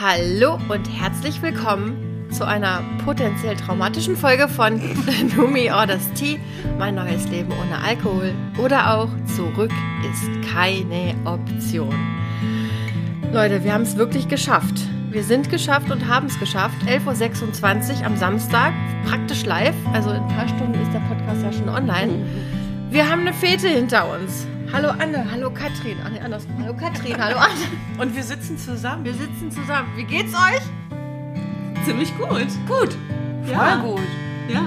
Hallo und herzlich willkommen zu einer potenziell traumatischen Folge von Numi Orders Tea, mein neues Leben ohne Alkohol oder auch Zurück ist keine Option. Leute, wir haben es wirklich geschafft. Wir sind geschafft und haben es geschafft. 11.26 Uhr am Samstag, praktisch live. Also in ein paar Stunden ist der Podcast ja schon online. Wir haben eine Fete hinter uns. Hallo Anne, hallo Katrin. Anne, andersrum. Hallo Katrin, hallo Anne. Und wir sitzen zusammen. Wir sitzen zusammen. Wie geht's euch? Ziemlich gut. Gut. Ja. Voll gut. Ja.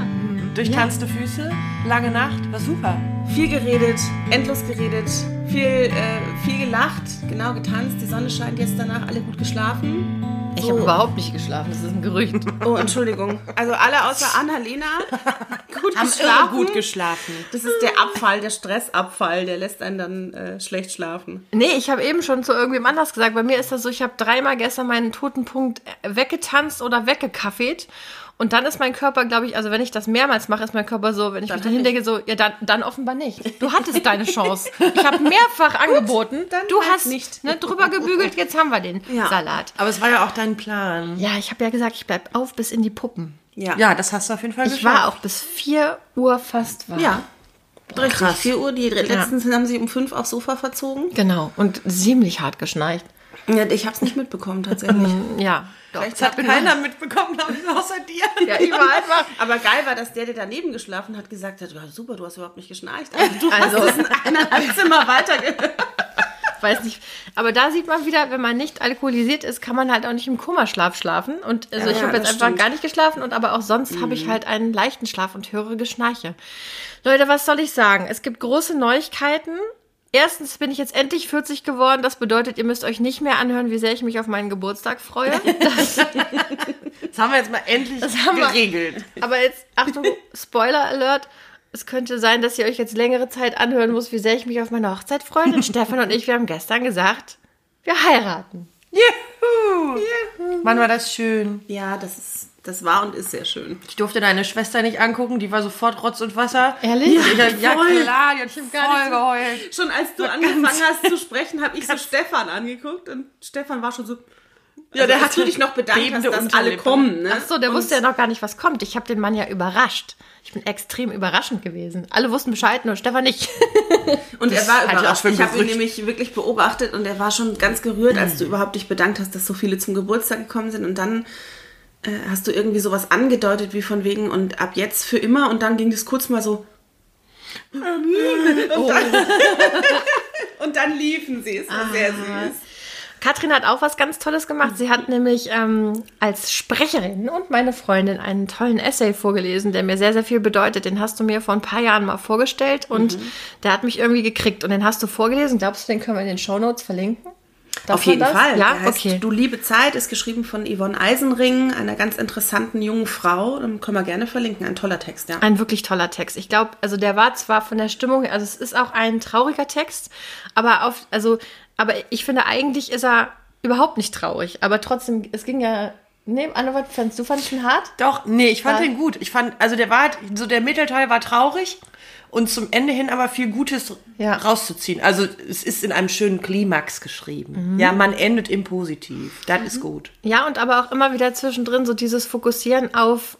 Durchtanzte Füße, lange Nacht, war super. Viel geredet, endlos geredet, viel, äh, viel gelacht, genau getanzt. Die Sonne scheint jetzt danach, alle gut geschlafen. Ich So. habe überhaupt nicht geschlafen, das ist ein Gerücht. Oh, Entschuldigung. Also alle außer Annalena gut geschlafen. gut geschlafen. das ist der Abfall, der Stressabfall, der lässt einen dann äh, schlecht schlafen. Nee, ich habe eben schon zu irgendwem anders gesagt. Bei mir ist das so, ich habe dreimal gestern meinen toten Punkt äh, weggetanzt oder weggekaffet. Und dann ist mein Körper, glaube ich, also wenn ich das mehrmals mache, ist mein Körper so, wenn ich mich dahin denke, so, ja, dann, halt dann offenbar nicht. Du hattest deine Chance. Ich habe mehrfach angeboten. dann du halt hast nicht. Ne, drüber gebügelt, jetzt haben wir den Ja. Salat. Aber es war ja auch dein Plan. Ja, ich habe ja gesagt, ich bleib auf bis in die Puppen. Ja. Ja, das hast du auf jeden Fall Ich war auch bis 4 Uhr fast wach. Ja. Richtig, Krass. 4 Uhr, die letzten haben sie um 5 aufs Sofa verzogen. Genau. Und ziemlich hart geschneit. Ja, ich hab's nicht mitbekommen tatsächlich. Ja. Doch. Vielleicht Das hat keiner mitbekommen, glaube ich, außer dir. Ja, überall war. Aber geil war, dass der, der daneben geschlafen hat, gesagt hat, "Ja, super, du hast überhaupt nicht geschnarcht. Also du Also- hast es in eineinhalb Zimmer weitergehört. weiß nicht. Aber da sieht man wieder, wenn man nicht alkoholisiert ist, kann man halt auch nicht im Kummerschlaf schlafen. Und also Ja, ich habe das jetzt einfach stimmt. Mhm. gar nicht geschlafen und aber auch sonst habe ich halt einen leichten Schlaf und höre Geschnarche. Leute, was soll ich sagen? Es gibt große Neuigkeiten. Erstens bin ich jetzt endlich 40 geworden. Das bedeutet, ihr müsst euch nicht mehr anhören, wie sehr ich mich auf meinen Geburtstag freue. Das haben wir jetzt mal endlich Das haben wir- geregelt. Aber jetzt, Achtung, Spoiler Alert. Es könnte sein, dass ihr euch jetzt längere Zeit anhören muss, wie sehr ich mich auf meine Hochzeit freue. Denn Stefan und ich, wir haben gestern gesagt, wir heiraten. Juhu. Mann, war das schön. Ja, das, ist, das war und ist sehr schön. Ich durfte deine Schwester nicht angucken, die war sofort Rotz und Wasser. Ehrlich? Ja, ich, hab- ja Voll. klar, die hat voll gar nicht so- geheult. Schon als du angefangen hast zu sprechen, habe ich so Stefan angeguckt und Stefan war schon so. also Ja, der hat dich noch bedankt, dass bebende das alle Unterlippe. kommen. Ne? Ach so, der wusste ja noch gar nicht, was kommt. Ich habe den Mann ja überrascht. Ich bin extrem überraschend gewesen. Alle wussten Bescheid, nur Stefan nicht. Und er war halte ich auch überrascht. für ein Ich habe ihn Gerücht. nämlich wirklich beobachtet und er war schon ganz gerührt, als du überhaupt dich bedankt hast, dass so viele zum Geburtstag gekommen sind. Und dann äh, hast du irgendwie sowas angedeutet, wie von wegen und ab jetzt für immer. Und dann ging das kurz mal so. Ähm, Und dann, und dann liefen sie. Es war sehr süß. Katrin hat auch was ganz Tolles gemacht. Sie hat nämlich ähm, als Sprecherin und meine Freundin einen tollen Essay vorgelesen, der mir sehr, sehr viel bedeutet. Den hast du mir vor ein paar Jahren mal vorgestellt und Mhm. der hat mich irgendwie gekriegt. Und den hast du vorgelesen. Glaubst du, den können wir in den Shownotes verlinken? Darf Auf man jeden das? Fall. Ja, Der heißt okay. Du liebe Zeit ist geschrieben von Yvonne Eisenring, einer ganz interessanten jungen Frau. Dann können wir gerne verlinken. Ein toller Text, ja. Ein wirklich toller Text. Ich glaube, also der war zwar von der Stimmung, also es ist auch ein trauriger Text, aber auf, also, aber ich finde eigentlich ist er überhaupt nicht traurig. Aber trotzdem, es ging ja. Nee, Anne, was fandst du fandest ihn hart? Doch, nee, ich fand Ja. den gut. Ich fand, also der war halt- so der Mittelteil war traurig und zum Ende hin aber viel Gutes Ja. rauszuziehen. Also es ist in einem schönen Klimax geschrieben. Mhm. Ja, man endet im Positiv. Das ist gut. Ja, und aber auch immer wieder zwischendrin so dieses Fokussieren auf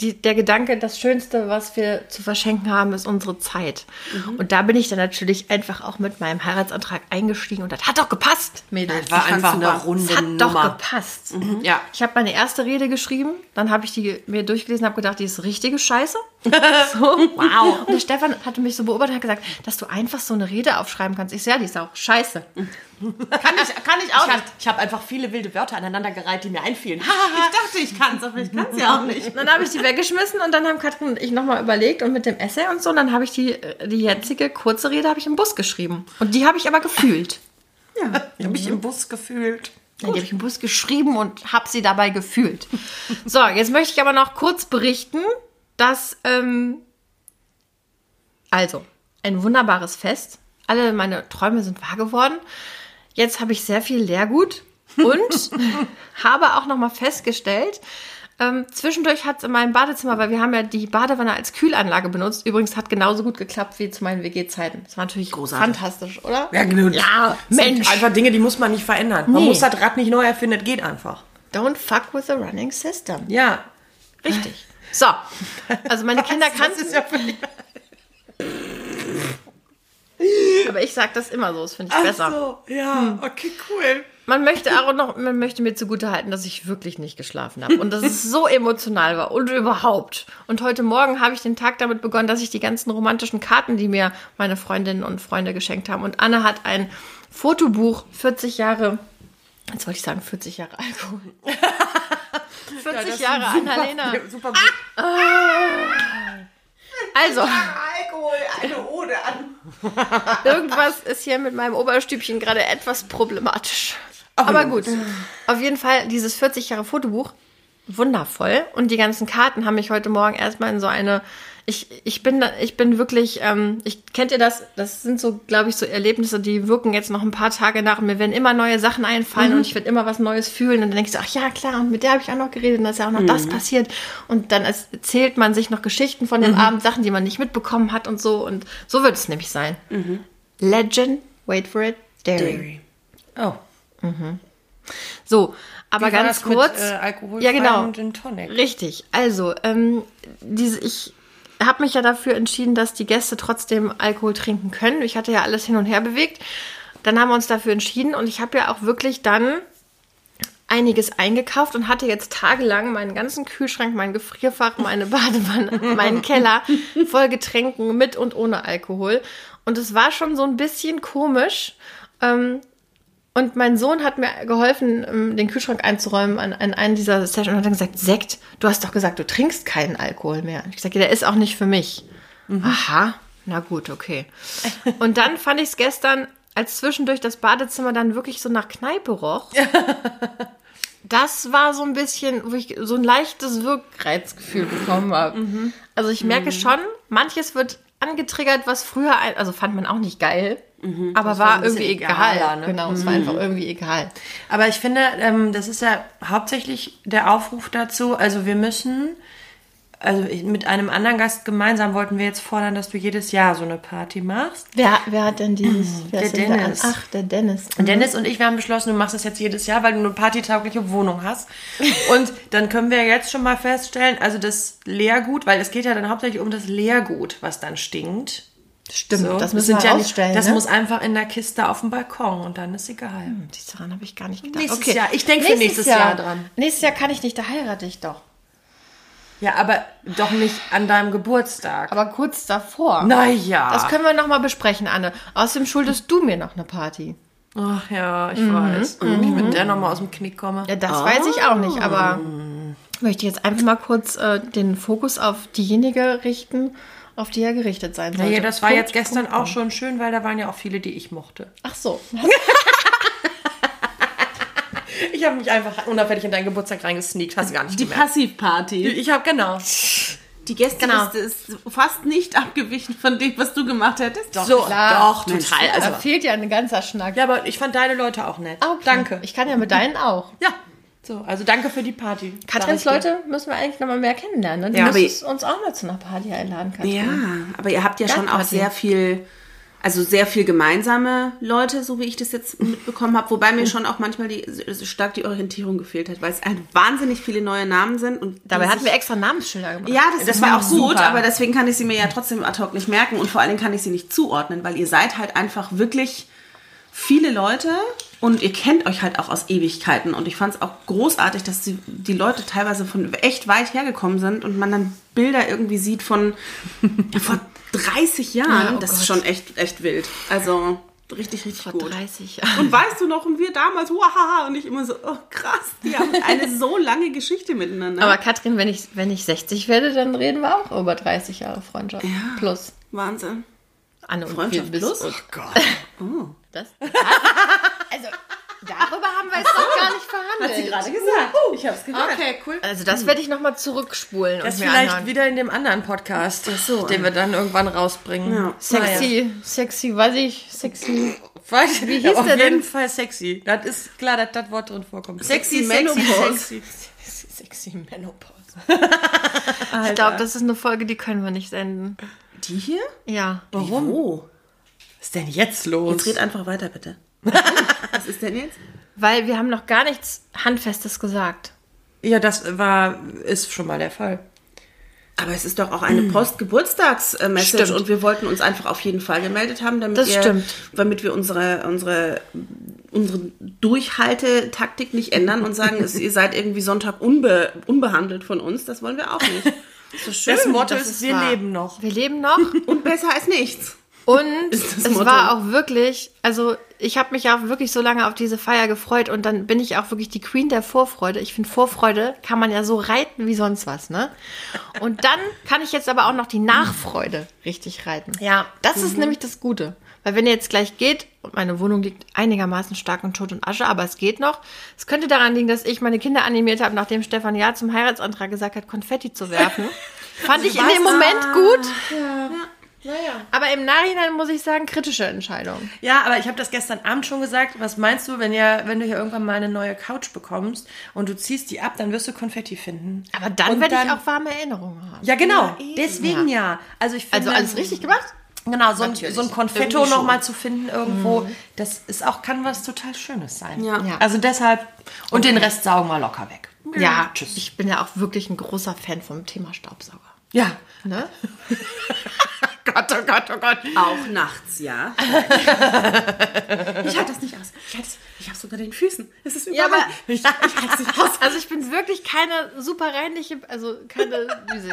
die, der Gedanke, das Schönste, was wir zu verschenken haben, ist unsere Zeit. Und da bin ich dann natürlich einfach auch mit meinem Heiratsantrag eingestiegen und das hat doch gepasst, Mädels. Das war fand's einfach super. eine runde Das hat doch Nummer. gepasst. Ja. Mhm. Ich habe meine erste Rede geschrieben, dann habe ich die mir durchgelesen und habe gedacht, die ist richtige Scheiße. so, wow. Und der Stefan hatte mich so beobachtet und hat gesagt, dass du einfach so eine Rede aufschreiben kannst. Ich so, ja, die ist auch scheiße. Kann ich, kann ich auch Ich habe nicht. hab einfach viele wilde Wörter aneinandergereiht, die mir einfielen. Ich dachte, ich kann es, aber ich kann es ja auch nicht. ne? Dann habe ich die weggeschmissen und dann haben Katrin und ich nochmal überlegt und mit dem Essay und so, und dann habe ich die, äh, die jetzige kurze Rede habe ich im Bus geschrieben. Und die habe ich aber gefühlt. Ich habe mich im Bus gefühlt. Ja, Die habe ich im Bus geschrieben und habe sie dabei gefühlt. So, jetzt möchte ich aber noch kurz berichten, dass. Ähm, also, ein wunderbares Fest. Alle meine Träume sind wahr geworden. Jetzt habe ich sehr viel Lehrgut und habe auch nochmal festgestellt, Ähm, zwischendurch hat es in meinem Badezimmer, weil wir haben ja die Badewanne als Kühlanlage benutzt. Übrigens hat genauso gut geklappt wie zu meinen WG-Zeiten. Das war natürlich Großartig. fantastisch, oder? Ja, genau. Ja, Das sind Mensch. Einfach Dinge, die muss man nicht verändern. Man Nee. muss das Rad nicht neu erfinden, das geht einfach. Don't fuck with the running system. Ja. Richtig. So, also meine Kinder kannten, Das ist ja völlig aber ich sage das immer so, das finde ich besser. so. Ja, okay, cool. Man möchte auch noch, man möchte mir zugutehalten, dass ich wirklich nicht geschlafen habe und dass es so emotional war und überhaupt. Und heute Morgen habe ich den Tag damit begonnen, dass ich die ganzen romantischen Karten, die mir meine Freundinnen und Freunde geschenkt haben. Und Anne hat ein Fotobuch, 40 Jahre, jetzt wollte ich sagen 40 Jahre Alkohol. 40 Jahre Annalena. Super Also, Alkohol, eine Ode an. irgendwas ist hier mit meinem Oberstübchen gerade etwas problematisch. Aber gut, auf jeden Fall dieses 40 Jahre Fotobuch, wundervoll. Und die ganzen Karten haben mich heute Morgen erstmal in so eine. Ich, ich, bin, da- ich bin wirklich, ähm, ich kennt ihr das? Das sind so, glaube ich, so Erlebnisse, die wirken jetzt noch ein paar Tage nach. Und mir werden immer neue Sachen einfallen und ich werde immer was Neues fühlen. Und dann denke ich so, ach ja, klar, und mit der habe ich auch noch geredet und da ist ja auch noch das passiert. Und dann erzählt man sich noch Geschichten von dem Abend, Sachen, die man nicht mitbekommen hat und so. Und so wird es nämlich sein. Legend, wait for it, Dairy. Oh. So, aber Wie war ganz das mit, kurz. äh, alkoholfreien ja, genau. und Gin Tonic? Richtig. Also, ähm, diese, ich habe mich ja dafür entschieden, dass die Gäste trotzdem Alkohol trinken können. Ich hatte ja alles hin und her bewegt. Dann haben wir uns dafür entschieden und ich habe ja auch wirklich dann einiges eingekauft und hatte jetzt tagelang meinen ganzen Kühlschrank, mein Gefrierfach, meine Badewanne, meinen Keller voll Getränken mit und ohne Alkohol. Und es war schon so ein bisschen komisch. Ähm, und mein Sohn hat mir geholfen, ähm, den Kühlschrank einzuräumen an, an einen dieser Sessions und hat dann gesagt, Sekt, du hast doch gesagt, du trinkst keinen Alkohol mehr. Und ich gesagt, ja, der ist auch nicht für mich. Mhm. Aha, na gut, okay. Und dann fand ich es gestern, als zwischendurch das Badezimmer dann wirklich so nach Kneipe roch. Das war so ein bisschen, wo ich so ein leichtes Wirkreizgefühl bekommen habe. Also ich merke schon, manches wird angetriggert, was früher, ein, also fand man auch nicht geil, aber war Mhm. war, ein bisschen irgendwie egal. egaler, ne? Genau, es war einfach irgendwie egal. Aber ich finde, ähm, das ist ja hauptsächlich der Aufruf dazu. Also wir müssen, also ich- mit einem anderen Gast gemeinsam wollten wir jetzt fordern, dass du jedes Jahr so eine Party machst. Wer, wer hat denn dieses? Wer Der ist denn da an- Dennis. Ach, der Mhm. Dennis. Dennis und ich, wir haben beschlossen, du machst das jetzt jedes Jahr, weil du eine partytaugliche Wohnung hast. Und dann können wir jetzt schon mal feststellen, also das Leergut, weil es geht ja dann hauptsächlich um das Leergut, was dann stinkt. Stimmt, So, das müssen sind wir ja nicht- ausstellen. Das ne? Hm. muss einfach in der Kiste auf dem Balkon und dann ist egal. Siehst du, Daran habe ich gar nicht gedacht. Nächstes Jahr. Ich denk für nächstes Jahr dran. Nächstes Jahr kann ich nicht, da heirate ich doch. Ja, aber doch nicht an deinem Geburtstag. Aber kurz davor. Naja. Das können wir nochmal besprechen, Anne. Außerdem schuldest du mir noch eine Party. Ach ja, ich weiß. Und ich mit der nochmal aus dem Knick komme. Mhm. Ja, das weiß ich auch nicht, Ah. aber möchte jetzt einfach mal kurz äh, den Fokus auf diejenige richten, auf die er gerichtet sein sollte. Naja, das war also Punkt, jetzt gestern Punkt. auch schon schön, weil da waren ja auch viele, die ich mochte. Ach so. Also. Ich habe mich einfach unauffällig in deinen Geburtstag reingesneakt, hast du gar nicht Die Passivparty. Ich habe, genau. Die Gästeliste ist fast nicht abgewichen von dem, was du gemacht hättest. Doch, so, klar. doch, Mensch, total. Da Also, fehlt ja ein ganzer Schnack. ja, aber ich fand deine Leute auch nett. Ah, okay. Danke. Ich kann ja mit deinen auch. Ja. So, also danke für die Party. Katrins Sag ich dir. Leute müssen wir eigentlich noch mal mehr kennenlernen. Ne? Du Ja, aber müsstest uns auch mal zu einer Party einladen, Katrin. Ja, aber ihr habt ja schon auch Gartenparty. sehr viel, also sehr viel gemeinsame Leute, so wie ich das jetzt mitbekommen habe, wobei mir schon auch manchmal die, so stark die Orientierung gefehlt hat, weil es halt wahnsinnig viele neue Namen sind. Und die Dabei hatten sich- wir extra Namensschilder gemacht. ja, das, Das war war auch gut, super. aber deswegen kann ich sie mir ja trotzdem ad hoc nicht merken und vor allen Dingen kann ich sie nicht zuordnen, weil ihr seid halt einfach wirklich viele Leute und ihr kennt euch halt auch aus Ewigkeiten und ich fand es auch großartig, dass die, die Leute teilweise von echt weit hergekommen sind und man dann Bilder irgendwie sieht von vor 30 Jahren. Ja, oh das Gott. ist schon echt, echt wild. Also richtig, richtig Vor gut. 30 Und weißt du noch, und wir damals, wahaha, und ich immer so, oh krass, die haben eine so lange Geschichte miteinander. Aber Katrin, wenn ich, wenn ich 60 werde, dann reden wir auch über 30 Jahre Freundschaft. Plus. Wahnsinn. Anne und Freundschaft oh wir bis plus? Und Gott. das. Also, darüber haben wir jetzt noch gar nicht verhandelt. gesagt. ich hab's gehört. Okay, cool. Also, das werde ich nochmal zurückspulen Das und mir vielleicht anhören. wieder in dem anderen Podcast, so, den wir dann irgendwann rausbringen. Ja. Sexy, sexy, weiß ich, sexy Was? Wie hieß auf der jeden denn? Fall sexy. Das ist klar, dass das Wort drin vorkommt. Sexy Menopause. sexy, sexy, sexy Menopause. Ich glaube, das ist eine Folge, die können wir nicht senden. Die hier? Ja. Warum? Oh. Was ist denn jetzt los? Jetzt red einfach weiter, bitte. Was ist denn jetzt? Weil wir haben noch gar nichts Handfestes gesagt. ja, das war, ist schon mal der Fall. Aber es ist doch auch eine Post-Geburtstags-Message Stimmt. und wir wollten uns einfach auf jeden Fall gemeldet haben, damit, Das ihr, stimmt. damit wir unsere, unsere, unsere Durchhaltetaktik nicht ändern und sagen, es- ihr seid irgendwie Sonntag unbe, unbehandelt von uns. Das wollen wir auch nicht. Das, ist Das Motto ist, wir wahr. leben noch. Wir leben noch Und besser als nichts. und Ist das es Motto. war auch wirklich, also ich habe mich ja auch wirklich so lange auf diese Feier gefreut und dann bin ich auch wirklich die Queen der Vorfreude. Ich finde, Vorfreude kann man ja so reiten wie sonst was, ne? Und dann kann ich jetzt aber auch noch die Nachfreude richtig reiten. Ja. Das mhm. ist nämlich das Gute. Weil wenn ihr jetzt gleich geht, und meine Wohnung liegt einigermaßen stark in Schutt und Asche, aber es geht noch. Es könnte daran liegen, dass ich meine Kinder animiert habe, nachdem Stefan ja zum Heiratsantrag gesagt hat, Konfetti zu werfen. Fand ich in dem Moment gut. Aber im Nachhinein muss ich sagen, kritische Entscheidung. Ja, aber ich habe das gestern Abend schon gesagt. Was meinst du, wenn, ja, wenn du hier irgendwann mal eine neue Couch bekommst und du ziehst die ab, dann wirst du Konfetti finden. Aber dann Und werde ich dann- auch warme Erinnerungen haben. Ja, genau. Deswegen ja. Also ich finde, Also alles richtig gemacht? Genau, so ein, Natürlich. so ein Konfetto Irgendwie schon. nochmal zu finden irgendwo, das ist auch, kann was total Schönes sein. Ja. Ja. Also deshalb, und den Rest saugen wir locker weg. Ja, Tschüss. ich bin ja auch wirklich ein großer Fan vom Thema Staubsauger. Ja. Ne? Gott, oh Gott, oh Gott. Auch nachts, ja. ich halte das nicht aus. Ich, halte es- ich habe es unter den Füßen. Es ist überall. ich, also ich bin wirklich keine super reinliche, also keine,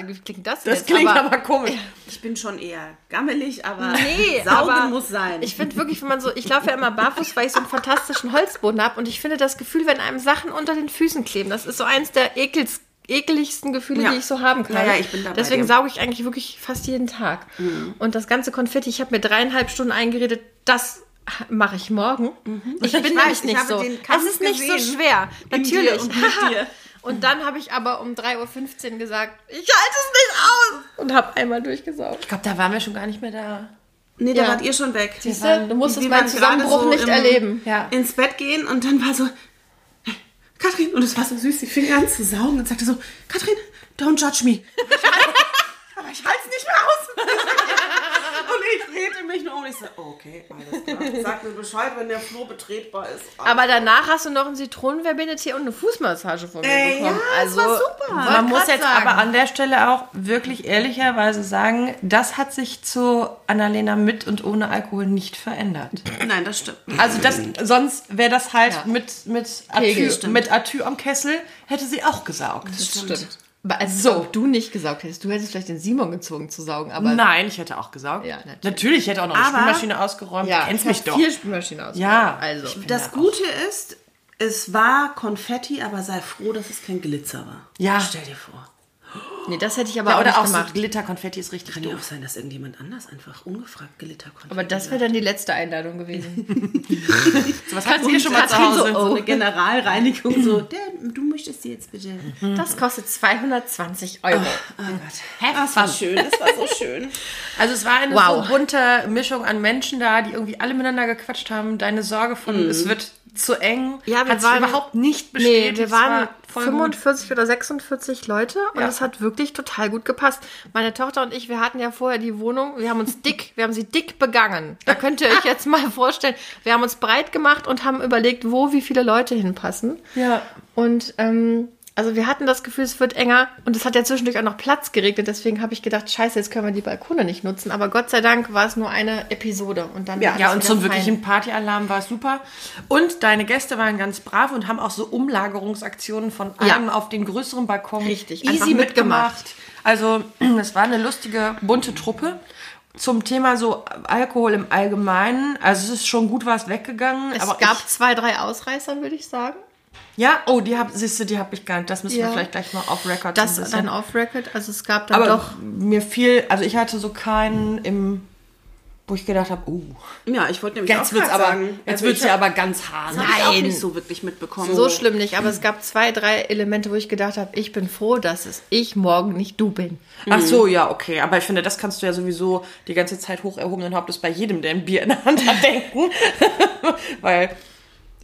wie klingt das Das jetzt? klingt aber, komisch. ich bin schon eher gammelig, aber Nee, saugen aber muss sein. Ich finde wirklich, wenn man so, ich laufe ja immer barfuß, weil ich so einen fantastischen Holzboden habe und ich finde das Gefühl, wenn einem Sachen unter den Füßen kleben, das ist so eins der ekels, ekeligsten Gefühle, Ja. die ich so haben kann. Ja, Mhm. ja, ich bin da bei Deswegen dir. sauge ich eigentlich wirklich fast jeden Tag. Und das ganze Konfetti, ich habe mir dreieinhalb Stunden eingeredet, das mache ich morgen. Ich bin Mhm. Ich weiß, nämlich ich nicht habe so. den Kampf es ist nicht so gesehen. schwer. In dir Natürlich. und mit dir. Und dann habe ich aber um 3.15 Uhr gesagt, ich halte es nicht aus und habe einmal durchgesaugt. Ich glaube, da waren wir schon gar nicht mehr da. nee, da ja. wart ihr schon weg. Siehst du, du musstest Wir meinen waren gerade Zusammenbruch so nicht im- erleben. Ja. ins Bett gehen und dann war so, Katrin, und es war so süß, sie fing an zu saugen und sagte so, Katrin, don't judge me. Aber ich halte es nicht mehr aus. und ich drehte mich nur um und ich so, okay, alles klar. Sag mir Bescheid, wenn der Flur betretbar ist. Aber danach hast du noch einen Zitronenverbindetee und eine Fußmassage von mir Ey, bekommen. Also, ja, das war super. wollte Also Man muss grad jetzt sagen, aber an der Stelle auch wirklich ehrlicherweise sagen, das hat sich zu Annalena mit und ohne Alkohol nicht verändert. Nein, das stimmt. Also das, sonst wäre das halt Ja. mit, mit, Pegel, Atü, stimmt. mit Atü am Kessel, hätte sie auch gesaugt. Stimmt. Aber Als so. ob du nicht gesaugt hättest. Du hättest vielleicht den Simon gezogen zu saugen, aber. Nein, ich hätte auch gesaugt. Ja, natürlich. natürlich ich hätte auch noch eine Aber- Spülmaschine ausgeräumt. Ja, du kennst ich mich hab doch. Vier Spülmaschinen aus. Ja. Also. Das Gute ist, es war Konfetti, aber sei froh, dass es kein Glitzer war. Ja. Stell dir vor. Nee, das hätte ich aber Ja, auch nicht oder auch so gemacht. Glitterkonfetti ist richtig Kann ja doof. auch sein, dass irgendjemand anders einfach ungefragt Glitterkonfetti aber das wäre dann die letzte Einladung gewesen. So, was habt ihr schon mal zu Katrin Hause? so, So eine Generalreinigung, so, der, du möchtest sie jetzt bitte. Das kostet 220 Euro. Oh Gott. Have Das war fun. schön, das war so schön. Also es war eine Wow. so bunte Mischung an Menschen da, die irgendwie alle miteinander gequatscht haben. Deine Sorge von, Mhm. es wird zu eng, Ja, wir hat sich waren- überhaupt nicht Nee, bestätigt. wir Es waren war voll gut. 45 oder 46 Leute und Ja. es hat wirklich total gut gepasst. Meine Tochter und ich, wir hatten ja vorher die Wohnung, wir haben uns dick, wir haben sie dick begangen. Da könnt ihr euch jetzt mal vorstellen. Wir haben uns breit gemacht und haben überlegt, wo wie viele Leute hinpassen. Ja. Und ähm, also wir hatten das Gefühl, es wird enger und es hat ja zwischendurch auch noch Platz geregnet, deswegen habe ich gedacht, scheiße, jetzt können wir die Balkone nicht nutzen. Aber Gott sei Dank war es nur eine Episode und dann war Ja, alles und wieder zum fein. wirklichen Partyalarm war es super. Und deine Gäste waren ganz brav und haben auch so Umlagerungsaktionen von Ja. einem auf den größeren Balkon Richtig, einfach easy mitgemacht. mitgemacht. Also, es war eine lustige, bunte Truppe. Zum Thema so Alkohol im Allgemeinen. Also, es ist schon gut was weggegangen. es aber gab Ich, zwei, drei Ausreißer, würde ich sagen. ja, oh, die hab, siehst du, die habe ich gar nicht. Das müssen Ja. wir vielleicht gleich mal auf Record Das so ein bisschen- dann off-record, also es gab dann aber doch mir fiel, also ich hatte so keinen im Wo ich gedacht habe, uh, Ja, ich wollte nämlich auch jetzt wird's grad aber, sagen. jetzt Also wird's ich ja aber ganz hart. hab- hab Ich auch Nein. nicht so wirklich mitbekommen. So schlimm nicht, aber es gab zwei, drei Elemente, wo ich gedacht habe, ich bin froh, dass es ich morgen nicht du bin. Ach so, ja, okay. Aber ich finde, das kannst du ja sowieso die ganze Zeit hoch erhobenen Hauptes bei jedem, der ein Bier in der Hand hat, denken. Weil,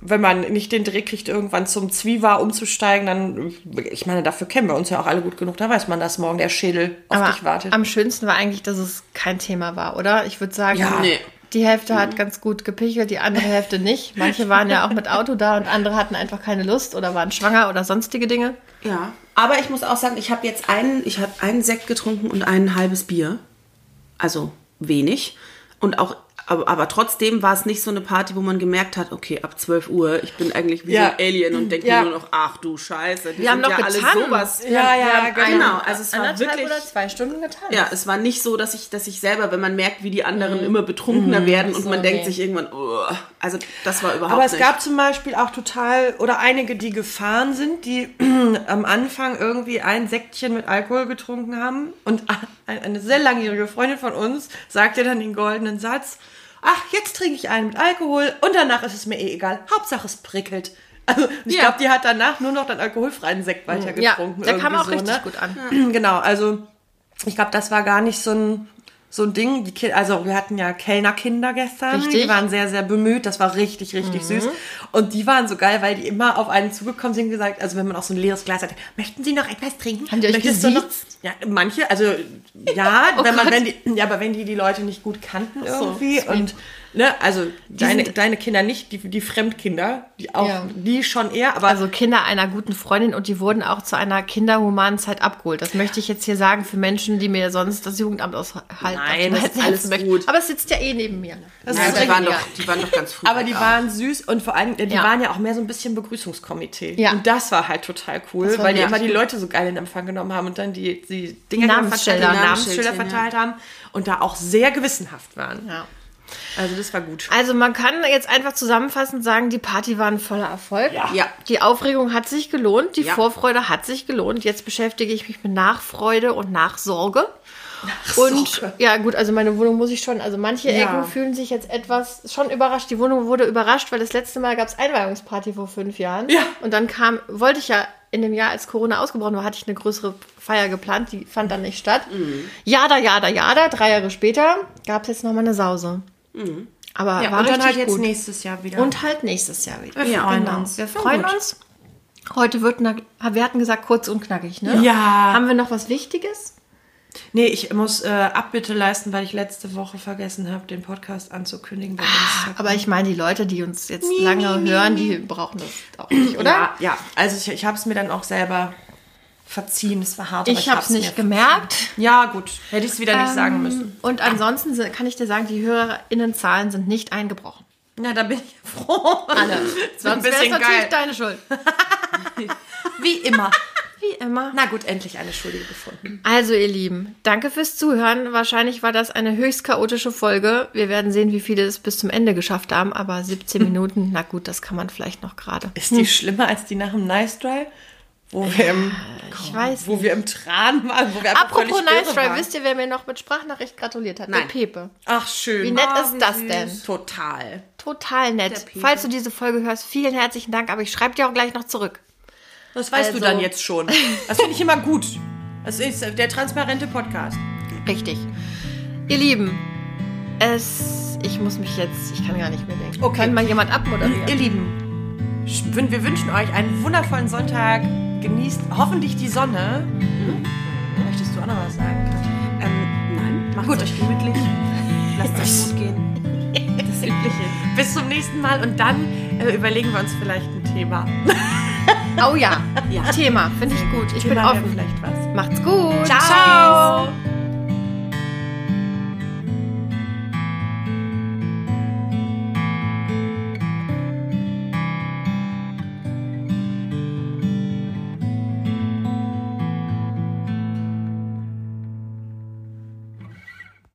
wenn man nicht den Dreh kriegt, irgendwann zum Zwiever umzusteigen, dann, ich meine, dafür kennen wir uns ja auch alle gut genug. Da weiß man, dass morgen der Schädel auf Aber dich wartet. am schönsten war eigentlich, dass es kein Thema war, oder? Ich würde sagen, Ja. Nee. die Hälfte Mhm. hat ganz gut gepichelt, die andere Hälfte nicht. Manche waren ja auch mit Auto da und andere hatten einfach keine Lust oder waren schwanger oder sonstige Dinge. Ja, aber ich muss auch sagen, ich habe jetzt einen, ich habe einen Sekt getrunken und ein halbes Bier. Also wenig. Und auch, aber, aber trotzdem war es nicht so eine Party, wo man gemerkt hat, okay, ab 12 Uhr, ich bin eigentlich wie Ja. so ein Alien und denke Ja. nur noch, ach du Scheiße, die Wir haben sind noch ja alle getanzt. sowas. Ja, ja, wir haben genau. Also es war anderthalb wirklich- oder zwei Stunden getan. Ja, es war nicht so, dass ich, dass ich selber, wenn man merkt, wie die Mhm. anderen immer betrunkener werden und so, man denkt nee. sich irgendwann, oh, also das war überhaupt Aber es nicht. gab zum Beispiel auch total, oder einige, die gefahren sind, die am Anfang irgendwie ein Säckchen mit Alkohol getrunken haben. Und ein- eine sehr langjährige Freundin von uns sagte dann den goldenen Satz, ach, jetzt trinke ich einen mit Alkohol und danach ist es mir eh egal. Hauptsache es prickelt. Also und ich Ja. glaube, die hat danach nur noch den alkoholfreien Sekt weitergetrunken. der kam irgendwie auch richtig ne? gut an. Genau, also ich glaube, das war gar nicht so ein, so ein Ding. Die Ki- also wir hatten ja Kellnerkinder gestern. Richtig. Mhm. Die waren sehr, sehr bemüht. Das war richtig, richtig süß. Und die waren so geil, weil die immer auf einen zugekommen sind und gesagt, also wenn man auch so ein leeres Glas hat, möchten Sie noch etwas trinken? Haben die euch Möchtest du noch? gesiezt? Ja, manche, also ja, Oh wenn man, Gott. wenn die, ja, aber wenn die die Leute nicht gut kannten so, irgendwie und ne, also deine, sind- deine Kinder nicht, die, die Fremdkinder, die auch, Ja. die schon eher, aber Also Kinder einer guten Freundin und die wurden auch zu einer kinderhumanen Zeit abgeholt. Das möchte ich jetzt hier sagen für Menschen, die mir sonst das Jugendamt aushalten. Also Nein, das ist alles gut. Aber es sitzt ja eh neben mir. Das Nein, ist die, richtig waren egal. doch, die waren doch ganz früh. Aber die weg. waren süß und vor allem, äh, die Ja. waren ja auch mehr so ein bisschen Begrüßungskomitee. Ja. Und das war halt total cool, Das war weil die nett. immer die Leute so geil in Empfang genommen haben und dann die, die Dinger die Namensschilder, verteilt- die Namensschilder Namensschildchen, verteilt haben und da auch sehr gewissenhaft waren. Ja. Also das war gut. Also man kann jetzt einfach zusammenfassend sagen, die Party war ein voller Erfolg. Ja. Ja. Die Aufregung hat sich gelohnt, die Ja. Vorfreude hat sich gelohnt. Jetzt beschäftige ich mich mit Nachfreude und Nachsorge. Und ja, gut, also meine Wohnung muss ich schon, also manche Ja. Ecken fühlen sich jetzt etwas schon überrascht. Die Wohnung wurde überrascht, weil das letzte Mal gab es Einweihungsparty vor fünf Jahren. Ja. Und dann kam, wollte ich ja in dem Jahr, als Corona ausgebrochen war, hatte ich eine größere Feier geplant, die fand dann nicht statt. Ja, da, ja, da, ja, da, drei Jahre später gab es jetzt nochmal eine Sause. Aber Ja, war und dann Also richtig halt jetzt gut. nächstes Jahr wieder. Und halt nächstes Jahr wieder. Wir freuen uns. Wir Na freuen gut. uns. Heute wird, na- wir hatten gesagt, kurz und knackig, ne? Ja. Haben wir noch was Wichtiges? nee, ich muss äh, Abbitte leisten, weil ich letzte Woche vergessen habe, den Podcast anzukündigen. Ah, Bei Instagram. Aber ich meine, die Leute, die uns jetzt lange hören, die brauchen das auch nicht, oder? ja, ja, also ich, ich habe es mir dann auch selber verziehen. Es war hart. aber ich habe es hab's nicht Ähm, mir- gemerkt. Ja, gut. Hätte ich es wieder nicht sagen müssen. Und ansonsten sind- kann ich dir sagen, die HörerInnenzahlen sind nicht eingebrochen. Na, da bin ich froh. Alle. Sonst wäre es bisschen natürlich geil. deine Schuld. Wie immer. Wie immer. Na gut, endlich eine Schuldige gefunden. Also ihr Lieben, danke fürs Zuhören. Wahrscheinlich war das eine höchst chaotische Folge. Wir werden sehen, wie viele es bis zum Ende geschafft haben, aber 17 Minuten, na gut, das kann man vielleicht noch gerade. Ist die schlimmer als die nach dem Nice Try? Wo wir im, Ich weiß. Oh. wo wir im Tran waren, wo wir einfach Apropos völlig irre Nice Try, waren. wisst ihr, wer mir noch mit Sprachnachricht gratuliert hat? Nein. Der Pepe. Ach, schön. Wie nett Ah, ist wie das süß. denn? Total. Total nett. Falls du diese Folge hörst, vielen herzlichen Dank, aber ich schreibe dir auch gleich noch zurück. Das weißt Also- du dann jetzt schon. Das finde ich immer gut. Das ist äh, der transparente Podcast. Richtig. Ihr Lieben, es. Ich muss mich jetzt. Ich kann gar nicht mehr denken. Okay. Kann mal jemand abmoderieren? Ihr Lieben, sch- wün- wir wünschen euch einen wundervollen Sonntag. Genießt hoffentlich die Sonne. Möchtest du auch noch was sagen, Katja? Mhm. Ähm, nein, macht's Gut. euch gemütlich. Lasst euch gut gehen. Das Übliche. Bis zum nächsten Mal und dann äh, überlegen wir uns vielleicht ein Thema. Oh ja. Ja. Thema, finde ich gut. Ich bin Thema wäre offen. vielleicht was. Macht's gut. Ciao.